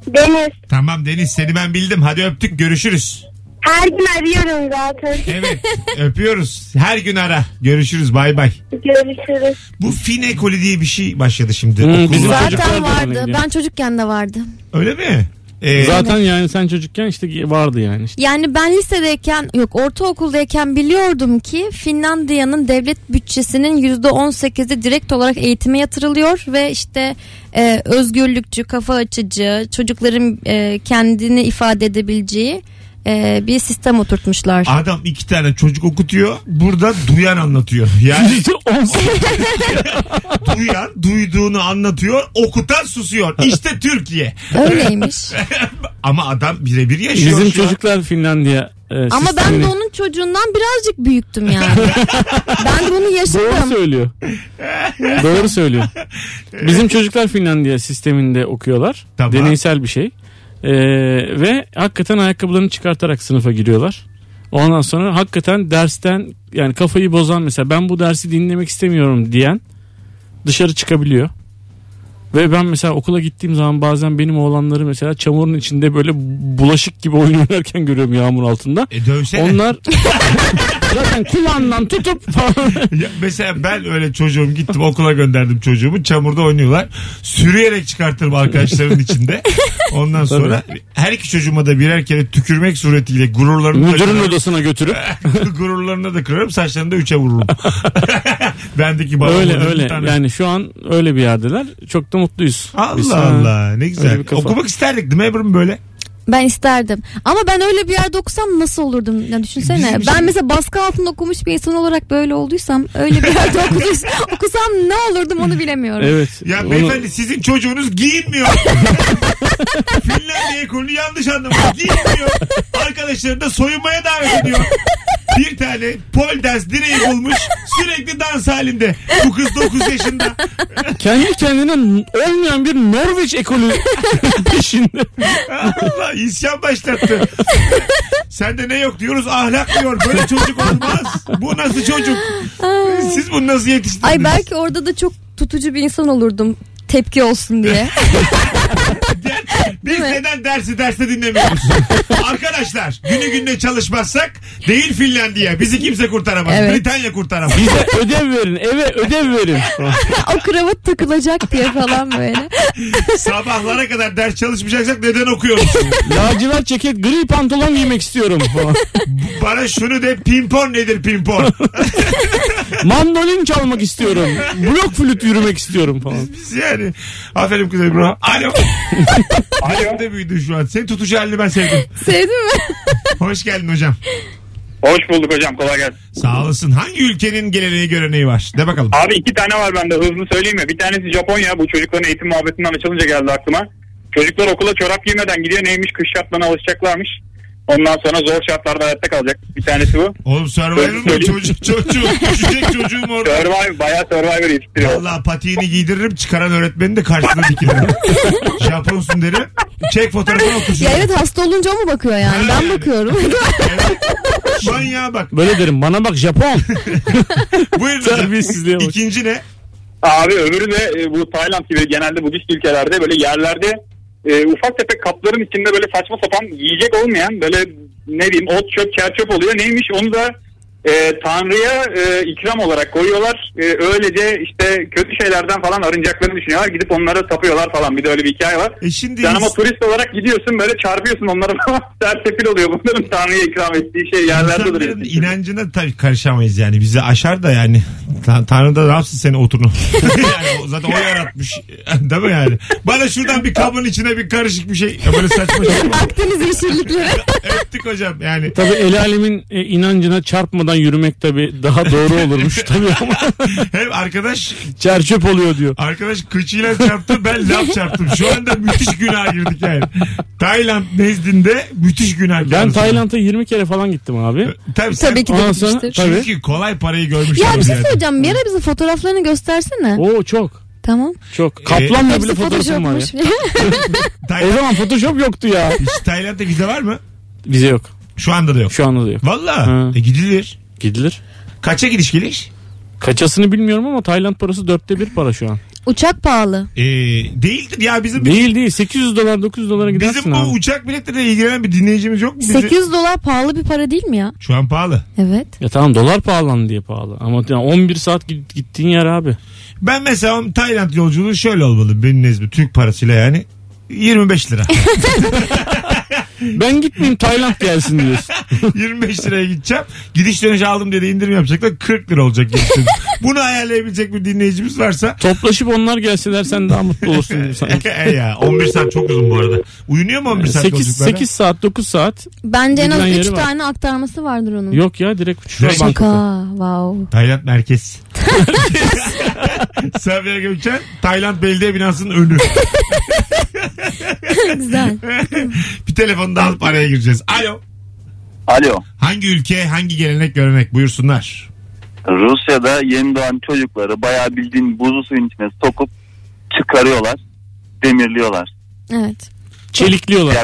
Deniz. Tamam Deniz seni ben bildim. Hadi öptük görüşürüz. Her gün arıyorum zaten. Evet öpüyoruz. Her gün ara. Görüşürüz bay bay. Görüşürüz. Bu fin ekolü diye bir şey başladı şimdi. Hmm, okullar. bizim çocuk- Çocuklar Zaten da bana vardı. gidiyor. Ben çocukken de vardı. Öyle mi? Ee, Zaten yani sen çocukken işte vardı yani. işte. Yani ben lisedeyken yok ortaokuldayken biliyordum ki Finlandiya'nın devlet bütçesinin %18'i direkt olarak eğitime yatırılıyor ve işte e, özgürlükçü, kafa açıcı, çocukların e, kendini ifade edebileceği e, bir sistem oturtmuşlar. Adam iki tane çocuk okutuyor. Burada duyan anlatıyor. Yani duyan duyduğunu anlatıyor. Okutan susuyor. İşte Türkiye. Öyleymiş. Ama adam birebir yaşıyor. Bizim şey şu an. çocuklar Finlandiya e, Ama ben sistemini- de onun çocuğundan birazcık büyüktüm yani. ben de bunu Doğru yaşadım. söylüyor. Doğru söylüyor. Bizim çocuklar Finlandiya sisteminde okuyorlar. Tamam. Deneysel bir şey. Ee, ve hakikaten ayakkabılarını çıkartarak sınıfa giriyorlar. Ondan sonra hakikaten dersten yani kafayı bozan mesela ben bu dersi dinlemek istemiyorum diyen dışarı çıkabiliyor. Ve ben mesela okula gittiğim zaman bazen benim oğlanları mesela çamurun içinde böyle bulaşık gibi oyun oynarken görüyorum yağmur altında. E dövsene. Onlar zaten kulağından tutup falan Ya mesela ben öyle çocuğum gittim okula gönderdim çocuğumu çamurda oynuyorlar. Sürüyerek çıkartırım arkadaşların içinde. Ondan sonra her iki çocuğuma da birer kere tükürmek suretiyle gururlarını da müdürün kırarım. odasına götürüp gururlarını da kırarım saçlarını da üçe vururum. Bendeki babamın öyle da bir öyle tane- yani şu an öyle bir yerdeler çok da mutluyuz. Biz, Allah ha. Allah ne güzel. Öyle bir kafa. Okumak isterdik değil mi Ebru'm böyle? Ben isterdim. Ama ben öyle bir yerde okusam nasıl olurdum? Ya düşünsene. Bizim- Ben mesela baskı altında okumuş bir insan olarak böyle olduysam öyle bir yerde okuduys- okusam ne olurdum onu bilemiyorum. Evet. Ya Onu- beyefendi sizin çocuğunuz giyinmiyor. Finlandiya ekolünü yanlış anlamış. Giyinmiyor. Arkadaşlarını da soyunmaya davet ediyor. Bir tane pol ders direği bulmuş. Sürekli dans halinde. Bu kız 9 yaşında. kendi kendine olmayan bir Norveç ekolü peşinde. Allah isyan başlattı. Sende ne yok diyoruz ahlak diyor. Böyle çocuk olmaz. Bu nasıl çocuk? Siz bunu nasıl yetiştirdiniz? Ay belki orada da çok tutucu bir insan olurdum tepki olsun diye. Biz mi? neden dersi derste dinlemiyoruz? Arkadaşlar günü gününe çalışmazsak değil Finlandiya. Bizi kimse kurtaramaz. Evet. Britanya kurtaramaz. Bize ödev verin eve ödev verin. o kravat takılacak diye falan böyle. Sabahlara kadar ders çalışmayacaksak neden okuyoruz? Lacivert ceket gri pantolon giymek istiyorum. falan. Bana şunu de pimpon nedir pimpon? Mandolin çalmak istiyorum. Blok flüt yürümek istiyorum falan. Biz yani. Aferin kız Ebru. Alo. Alo. de büyüdün şu an. Seni tutucu halini ben sevdim. Sevdin mi? Hoş geldin hocam. Hoş bulduk hocam kolay gelsin. Sağ olasın. Hangi ülkenin geleneği göreneği var? De bakalım. Abi iki tane var bende hızlı söyleyeyim mi? Bir tanesi Japonya bu çocukların eğitim muhabbetinden açılınca geldi aklıma. Çocuklar okula çorap giymeden gidiyor neymiş kış şartlarına alışacaklarmış. Ondan sonra zor şartlarda hayatta kalacak. Bir tanesi bu. Oğlum Survivor mu? Çocuk, çocuğu. Düşecek çocuğum orada. Survivor bayağı Survivor yetiştiriyor. Valla patiğini giydiririm çıkaran öğretmeni de karşısına dikilirim. Japonsun derim. Çek fotoğrafını okusun. Ya evet hasta olunca o mu bakıyor yani? Ben bakıyorum. Evet. Manyağa bak. Böyle derim bana bak Japon. Buyurun Terbiyesizliğe hocam. bak. İkinci ne? Abi öbürü de e, bu Tayland gibi genelde Budist ülkelerde böyle yerlerde e, ufak tefek kapların içinde böyle saçma sapan yiyecek olmayan böyle ne diyeyim ot çöp çer çöp oluyor. Neymiş onu da e, Tanrı'ya e, ikram olarak koyuyorlar. E, öylece işte kötü şeylerden falan arınacaklarını düşünüyorlar. Gidip onlara tapıyorlar falan. Bir de öyle bir hikaye var. E şimdi Sen ama ins- turist olarak gidiyorsun böyle çarpıyorsun onlara falan. Sertepil oluyor bunların Tanrı'ya ikram ettiği şey yerlerde duruyor. İnsanların inancına tabii karışamayız yani. Bizi aşar da yani. Ta- Tanrı da ne yapsın seni otunu. yani o- zaten o yaratmış. Değil mi yani? Bana şuradan bir kabın içine bir karışık bir şey. Ya Böyle saçma şey. Akdeniz yeşillikleri. Öptük hocam yani. Tabii el alemin e, inancına çarpmadan yürümek tabii daha doğru olurmuş tabii ama Hem arkadaş çerçöp oluyor diyor. arkadaş kıçıyla çarptı ben laf çarptım. Şu anda müthiş günah girdik yani. Tayland nezdinde müthiş günah girdik. Ben E, Tayland'a 20 kere falan gittim abi. Tabii, sen- Tabii ki de Ondan sonra- gitmiştir. Tabii. Çünkü kolay parayı görmüş. Ya bir şey yani. söyleyeceğim. Bir ara bize fotoğraflarını göstersene. Oo çok. Tamam. E, Çok. Kaplanla bile Hepsi fotoğrafım var ya. photoshopmuş. O Tayland, zaman Photoshop yoktu ya. hiç Tayland'da vize var mı? Vize yok. Şu anda da yok. Şu anda da yok. Ha. Valla. E, gidilir. Gidilir. Kaça gidiş geliş? Kaçasını bilmiyorum ama Tayland parası dörtte bir para şu an. Uçak pahalı. Ee, değildir ya bizim Değil değil. 800 dolar 900 dolara gidersin bizim bu abi. uçak biletleriyle ilgilenen bir dinleyicimiz yok mu? Bizi- 800 dolar pahalı bir para değil mi ya? Şu an pahalı. Evet. Ya tamam dolar pahalandı diye pahalı. Ama yani 11 saat git- gittiğin yer abi. Ben mesela Tayland yolculuğu şöyle olmalı benim nezmi Türk parasıyla yani. 25 lira. Ben gitmeyeyim Tayland gelsin diyorsun. 25 liraya gideceğim. Gidiş dönüş aldım dedi indirim yapacaklar. 40 lira olacak. gidiş dönüş. Bunu ayarlayabilecek bir dinleyicimiz varsa Toplaşıp onlar gelseler sen daha mutlu olursun gibi sanki. E ya 11 saat çok uzun bu arada. Uyunuyor mu 11 saat 8, yolculuklara? 8 saat 9 saat Bence en az Giden 3 yeri var. tane aktarması vardır onun. yok ya direkt uçuşa Direkt- bank. Şaka. Wow. Tayland merkez. Sabiha Gökçen Tayland belediye binasının önü. Güzel. bir telefonu da alıp araya gireceğiz. Alo. Alo. Hangi ülke hangi gelenek görenek buyursunlar. Rusya'da yeni doğan çocukları bayağı bildiğin buzlu suyun içine sokup çıkarıyorlar. Demirliyorlar. Evet. Çelikliyorlar. Ya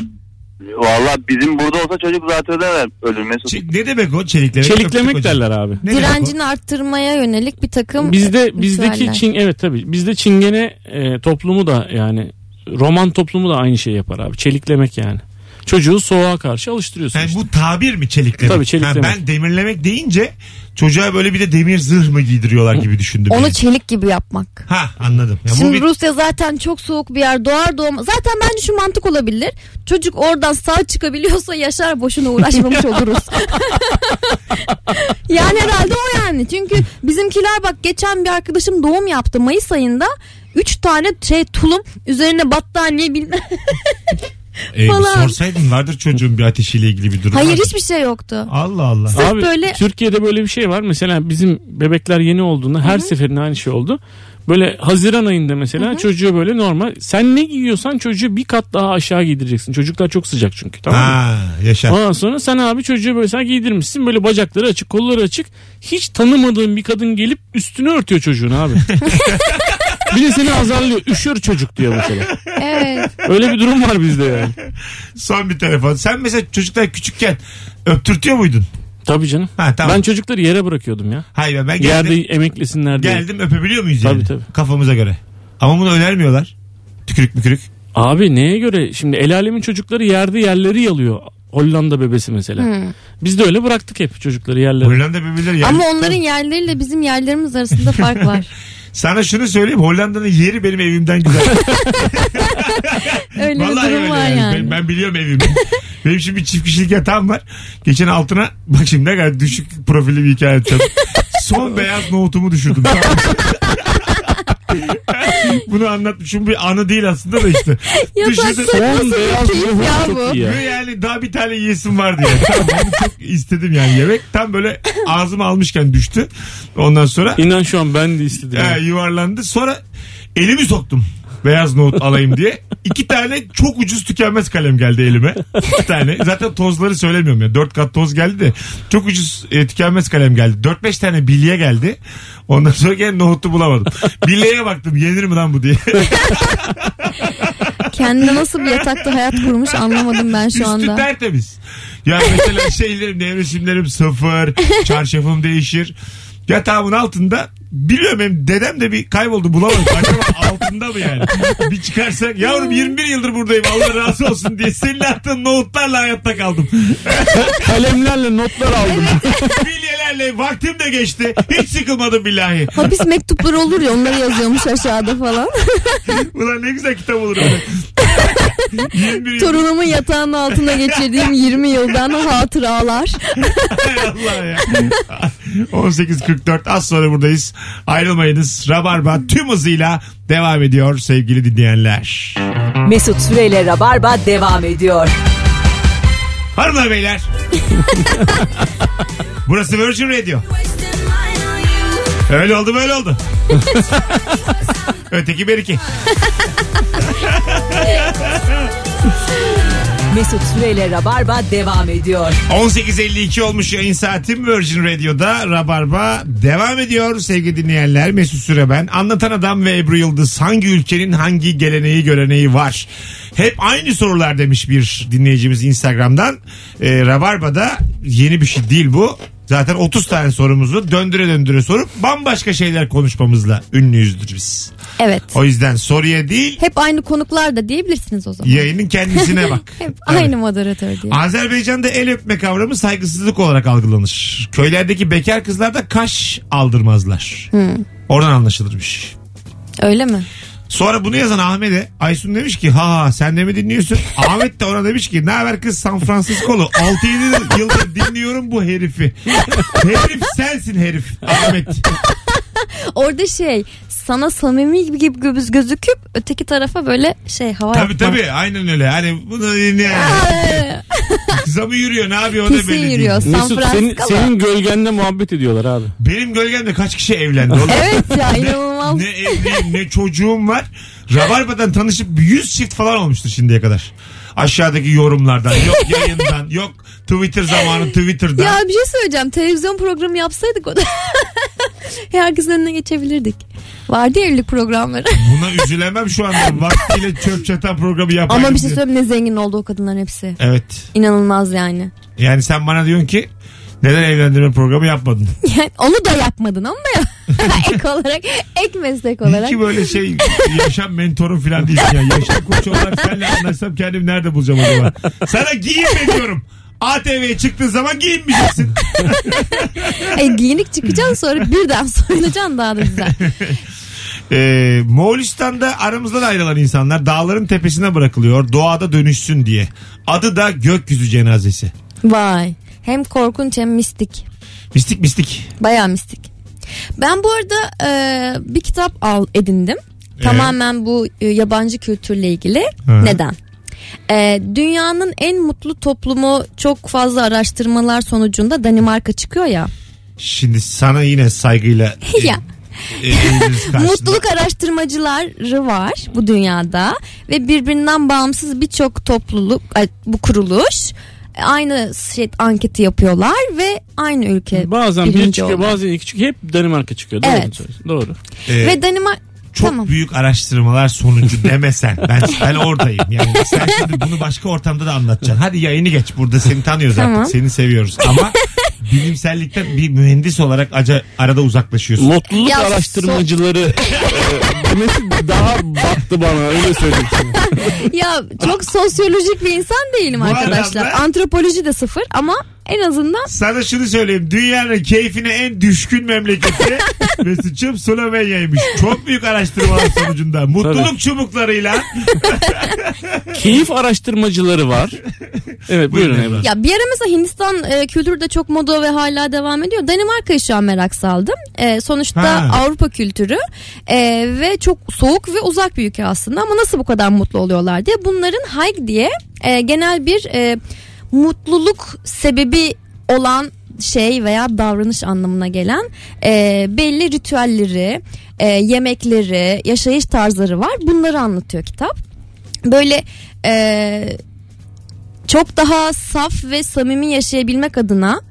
valla bizim burada olsa çocuk zaten öder ölür Mesut. Ç- ne demek o çeliklemek? Çeliklemek derler abi. Ne demek Direncini arttırmaya yönelik bir takım e, Bizde ritüeller. bizdeki Çin evet tabii. Bizde Çingene e, toplumu da yani Roman toplumu da aynı şeyi yapar abi. Çeliklemek yani. Çocuğu soğuğa karşı o? alıştırıyorsun Yani işte. bu tabir mi çeliklemek? Tabii, çeliklemek. Ha, ben demirlemek deyince çocuğa böyle bir de demir zırh mı giydiriyorlar gibi düşündüm. Onu yani. çelik gibi yapmak. ha anladım. Ya, bu Şimdi bir Rusya zaten çok soğuk bir yer doğar doğmaz. Zaten bence şu mantık olabilir. Çocuk oradan sağ çıkabiliyorsa yaşar boşuna uğraşmamış oluruz. yani herhalde o yani. Çünkü bizimkiler bak geçen bir arkadaşım doğum yaptı Mayıs ayında. Üç tane şey tulum üzerine battaniye bilmem. E, bir falan. sorsaydın vardır çocuğun bir ateşiyle ilgili bir durum. Hayır vardır. hiçbir şey yoktu. Allah Allah. Sırf Abi böyle- Türkiye'de böyle bir şey var. Mesela bizim bebekler yeni olduğunda her seferinde aynı şey oldu. Böyle Haziran ayında mesela çocuğu böyle normal sen ne giyiyorsan çocuğu bir kat daha aşağı giydireceksin. Çocuklar çok sıcak çünkü tamam mı? Ha yaşa. Ondan sonra sen abi çocuğu böyle sen giydirmişsin böyle bacakları açık kolları açık. Hiç tanımadığın bir kadın gelip üstünü örtüyor çocuğun abi. bir de seni azarlıyor. Üşür çocuk diyor mesela. Evet. Öyle bir durum var bizde yani. Son bir telefon. Sen mesela çocuklar küçükken öptürtüyor muydun? Tabii canım. Ha tamam. Ben çocukları yere bırakıyordum ya. Hayır ben geldim. Yerde emeklesinler diye. Geldim öpebiliyor muyuz Tabii, yani? tabii. Kafamıza göre. Ama bunu önermiyorlar. Tükürük mükürük. Abi neye göre? Şimdi el alemin çocukları yerde yerleri yalıyor. Hollanda bebesi mesela. Biz de öyle bıraktık hep çocukları yerlere. Hollanda bebeleri yani. Ama onların yerleriyle bizim yerlerimiz arasında fark var. Sana şunu söyleyeyim Hollanda'nın yeri benim evimden güzel. Öyle Vallahi bir durum öyle var yani. yani. Ben, ben biliyorum evimi. benim şimdi bir çift kişilik yatağım var. Geçen altına bak şimdi ne kadar düşük profili bir hikaye açacağım. Son beyaz nohutumu düşürdüm. Tamam. Bunu anlatmışım bir anı değil aslında da işte. Yatakta Düşünsene- nasıl Son beyaz bir keyif ruhu ya çok bu? iyi ya. Ve yani daha bir tane yiyesim vardı yani. Tamam, onu çok istedim yani yemek. Tam böyle ağzıma almışken düştü. Ondan sonra İnan şu an ben de istedim. e, yuvarlandı. Sonra elimi soktum. Beyaz nohut alayım diye. İki tane çok ucuz tükenmez kalem geldi elime. İki tane. Zaten tozları söylemiyorum ya. Dört kat toz geldi de. Çok ucuz e, tükenmez kalem geldi. Dört beş tane bilye geldi. Ondan sonra gene nohutu bulamadım. Bilyeye baktım yenir mi lan bu diye. Kendine nasıl bir yatakta hayat kurmuş anlamadım ben şu Üstü anda. tertemiz. Ya mesela şeylerim, nevresimlerim sıfır. Çarşafım değişir. Yatağımın altında biliyorum benim dedem de bir kayboldu bulamadım. Acaba altında mı yani? Bir çıkarsak yavrum 21 yıldır buradayım Allah razı olsun diye senin attığın nohutlarla hayatta kaldım. Kalemlerle notlar aldım. Bilyelerle vaktim de geçti. Hiç sıkılmadım billahi. Hapis mektupları olur ya onları yazıyormuş aşağıda falan. Ulan ne güzel kitap olur. öyle. 21 yıl. Torunumun yatağının altına geçirdiğim 20 yıldan hatıralar. Hay Allah ya. 18.44 az sonra buradayız. Ayrılmayınız. Rabarba tüm hızıyla devam ediyor sevgili dinleyenler. Mesut Süreyle Rabarba devam ediyor. Hanımlar beyler. Burası Virgin Radio. Öyle oldu böyle oldu. Öteki beriki. Mesut Süreyle Rabarba devam ediyor. 18.52 olmuş yayın saatim Virgin Radio'da Rabarba devam ediyor sevgili dinleyenler. Mesut Süre ben. Anlatan Adam ve Ebru Yıldız hangi ülkenin hangi geleneği göreneği var? Hep aynı sorular demiş bir dinleyicimiz Instagram'dan. Ee, Rabarba'da yeni bir şey değil bu. Zaten 30 tane sorumuzu döndüre döndüre sorup bambaşka şeyler konuşmamızla ünlüyüzdür biz. Evet. O yüzden soruya değil Hep aynı konuklar da diyebilirsiniz o zaman. yayının kendisine bak. Hep aynı moderatör diye. Azerbaycan'da el öpme kavramı saygısızlık olarak algılanır. Köylerdeki bekar kızlar da kaş aldırmazlar. Oradan anlaşılırmış. Öyle mi? Sonra bunu yazan Ahmet'e Aysun demiş ki ha sen de mi dinliyorsun? Ahmet de ona demiş ki ne haber kız San Francisco'lu 6-7 yıldır dinliyorum bu herifi. herif sensin herif Ahmet. Orada şey sana samimi gibi göz gözüküp öteki tarafa böyle şey hava tabii yapmak. tabii aynen öyle. Hani bunu dinleyen. Kıza mı yürüyor ne yapıyor o da Kesin belli değil. yürüyor. San Mesut senin, Francisco'da. senin gölgende muhabbet ediyorlar abi. Benim gölgemde kaç kişi evlendi oğlum? Evet ya Ne- inanılmaz. Ne evliyim ne çocuğum var. Rabarba'dan tanışıp 100 çift falan olmuştur şimdiye kadar. Aşağıdaki yorumlardan yok yayından yok Twitter zamanı Twitter'dan. Ya bir şey söyleyeceğim. Televizyon programı yapsaydık o da. Herkesin önüne geçebilirdik. Vardı ya evlilik programları. Buna üzülemem şu anda. Vaktiyle çöp çatan programı yapardım. Ama bir şey diye. söyleyeyim ne zengin oldu o kadınların hepsi. Evet. İnanılmaz yani. Yani sen bana diyorsun ki neden evlendirme programı yapmadın? Yani onu da yapmadın ama ya. ek olarak, ek meslek olarak. Ki böyle şey yaşam mentoru falan değilsin ya. Yaşam koçu olarak seninle anlaşsam kendimi nerede bulacağım acaba? Sana giyinme diyorum. ATV'ye çıktığın zaman giyinmeyeceksin. E, giyinik çıkacaksın sonra birden soyunacaksın daha da güzel. Ee, Moğolistan'da aramızdan ayrılan insanlar dağların tepesine bırakılıyor doğada dönüşsün diye. Adı da gökyüzü cenazesi. Vay. Hem korkunç hem mistik. Mistik mistik. Bayağı mistik. Ben bu arada e, bir kitap al edindim. Tamamen bu e, yabancı kültürle ilgili. Hı. Neden? E, dünyanın en mutlu toplumu çok fazla araştırmalar sonucunda Danimarka çıkıyor ya. Şimdi sana yine saygıyla e, Ya. e, eğiliriz karşında. Mutluluk araştırmacıları var bu dünyada ve birbirinden bağımsız birçok topluluk ay, bu kuruluş e, aynı şey anketi yapıyorlar ve aynı ülke Bazen biri E, birinci çıkıyor oluyor. bazen iki çıkıyor. Hep Danimarka çıkıyor. Doğru. Evet. söylüyorsun, Doğru. Ee, ve Danimarka çok tamam. büyük araştırmalar sonucu demesen ben ben oradayım yani sen şimdi bunu başka ortamda da anlatacaksın hadi yayını geç burada seni tanıyoruz Tamam. artık seni seviyoruz ama bilimsellikten bir mühendis olarak aca, arada uzaklaşıyorsun Mutluluk Ya, araştırmacıları e, demesi daha battı bana öyle söyleyeyim sana. Ya çok sosyolojik bir insan değilim Bu arkadaşlar. arada- Antropoloji de sıfır ama en azından Sana şunu söyleyeyim. Dünyanın keyfine en düşkün memleketi Mesut'cum Slovenya'ymış. Çok büyük araştırmalar sonucunda. Mutluluk Tabii. çubuklarıyla. Keyif araştırmacıları var. Evet buyurun Buyurun Ebru. ya bir ara mesela Hindistan e, kültürü de çok moda ve hala devam ediyor. Danimarka'yı şu an merak saldım. E, sonuçta Ha. Avrupa kültürü e, ve çok soğuk ve uzak bir ülke aslında ama nasıl bu kadar mutlu oluyorlar diye. Bunların hike diye e, genel bir e, mutluluk sebebi olan şey veya davranış anlamına gelen e, belli ritüelleri, e, yemekleri, yaşayış tarzları var. Bunları anlatıyor kitap. Böyle e, çok daha saf ve samimi yaşayabilmek adına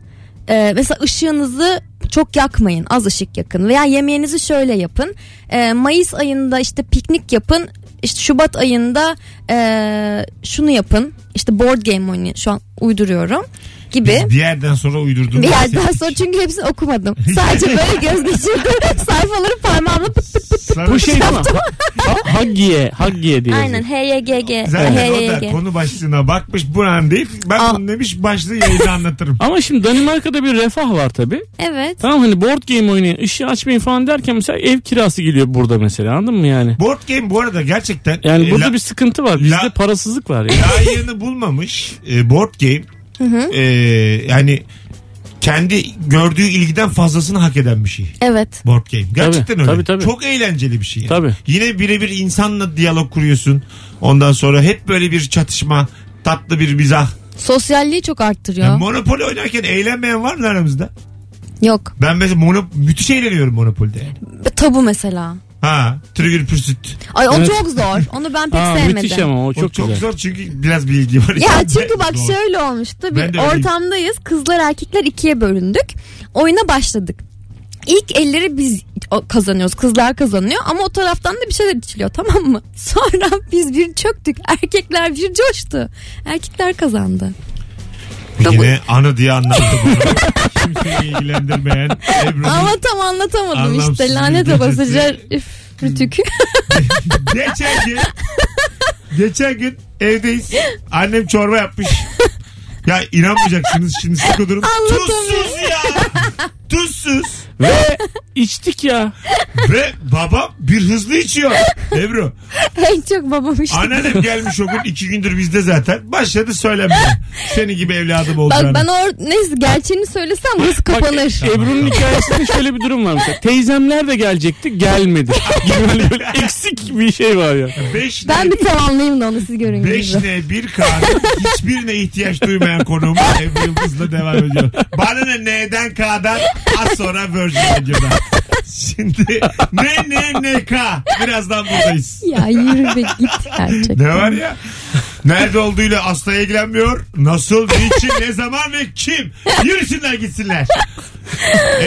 e, mesela ışığınızı çok yakmayın az ışık yakın veya yemeğinizi şöyle yapın E, Mayıs ayında işte piknik yapın işte Şubat ayında e, şunu yapın işte board game oyunu şu an uyduruyorum gibi. Bir yerden sonra uydurdum. Bir yerden sonra çünkü hepsini okumadım. Sadece böyle göz geçirdim. Sayfaları parmağımla pıt pıt pıt. Sana- Bu şey değil mi? Ha- Haggiye, Haggiye diye. Aynen HYGG. Zaten o da HYGG. konu başlığına bakmış bu an deyip ben Aa. bunu demiş başlığı yayında anlatırım. Ama şimdi Danimarka'da bir refah var tabi. Evet. Tamam hani board game oynayın, ışığı açmayın falan derken mesela ev kirası geliyor burada mesela anladın mı yani? Board game bu arada gerçekten Yani e, burada la- bir sıkıntı var. Bizde la- parasızlık var yani. layığını bulmamış e, board game e, yani kendi gördüğü ilgiden fazlasını hak eden bir şey. Evet. Board game. Gerçekten öyle. tabii, tabii. Çok eğlenceli bir şey. Yani. Tabii. Yine birebir insanla diyalog kuruyorsun. Ondan sonra hep böyle bir çatışma, tatlı bir mizah. Sosyalliği çok arttırıyor. Yani Monopoly oynarken eğlenmeyen var mı aramızda? Yok. Ben mesela monop müthiş eğleniyorum Monopoly'de. yani. Tabu mesela. Ha, Trigger Pursuit. Ay o Evet. çok zor. Onu ben pek Aa, sevmedim. müthiş ama o Çok, çok, o çok güzel. zor çünkü biraz bilgi var. Ya içinde. çünkü bak Doğru. şöyle olmuştu. Ben Bir de öyleyim. ortamdayız. Kızlar erkekler ikiye bölündük. Oyuna başladık. İlk elleri biz o- kazanıyoruz. Kızlar kazanıyor ama o taraftan da bir şeyler içiliyor tamam mı? Sonra biz bir çöktük. Erkekler bir coştu. Erkekler kazandı. Yine anı diye anlattı bunu. Kimseyi ilgilendirmeyen Ebru'nun Ama tam anlatamadım Anlamsız işte. bir Lanet gecesi. basıcı. Üf, rütük. geçen gün geçen gün evdeyiz. Annem çorba yapmış. Ya inanmayacaksınız şimdi sıkı durun. Anlatamıyorum. Tuzsuz ya. Tuzsuz. Ve içtik ya. Ve babam bir hızlı içiyor. Ebru. en çok babam işte. Anneannem gelmiş o gün iki gündür bizde zaten. Başladı söylemeye. Senin gibi evladım olacağını. Bak ben or neyse gerçeğini söylesem hız kapanır. Bak, Ebru'nun hikayesinde şöyle bir durum var mesela. Teyzemler de gelecekti gelmedi. Gibi böyle, böyle eksik bir şey var ya. Beş Ben bir tamamlayayım da onu siz görün. Beş gibi. ne bir kahve hiçbirine ihtiyaç duymayan konuğum Ebru Yıldız'la devam ediyor. Bana ne N'den K'dan az sonra Virgin Radio'dan. Şimdi ne ne ne K birazdan buradayız. Ya yürü be git gerçekten. Ne var ya? Nerede olduğuyla asla ilgilenmiyor. Nasıl, niçin, ne zaman ve kim? Yürüsünler gitsinler.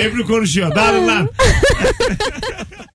Ebru konuşuyor. Dağılın lan.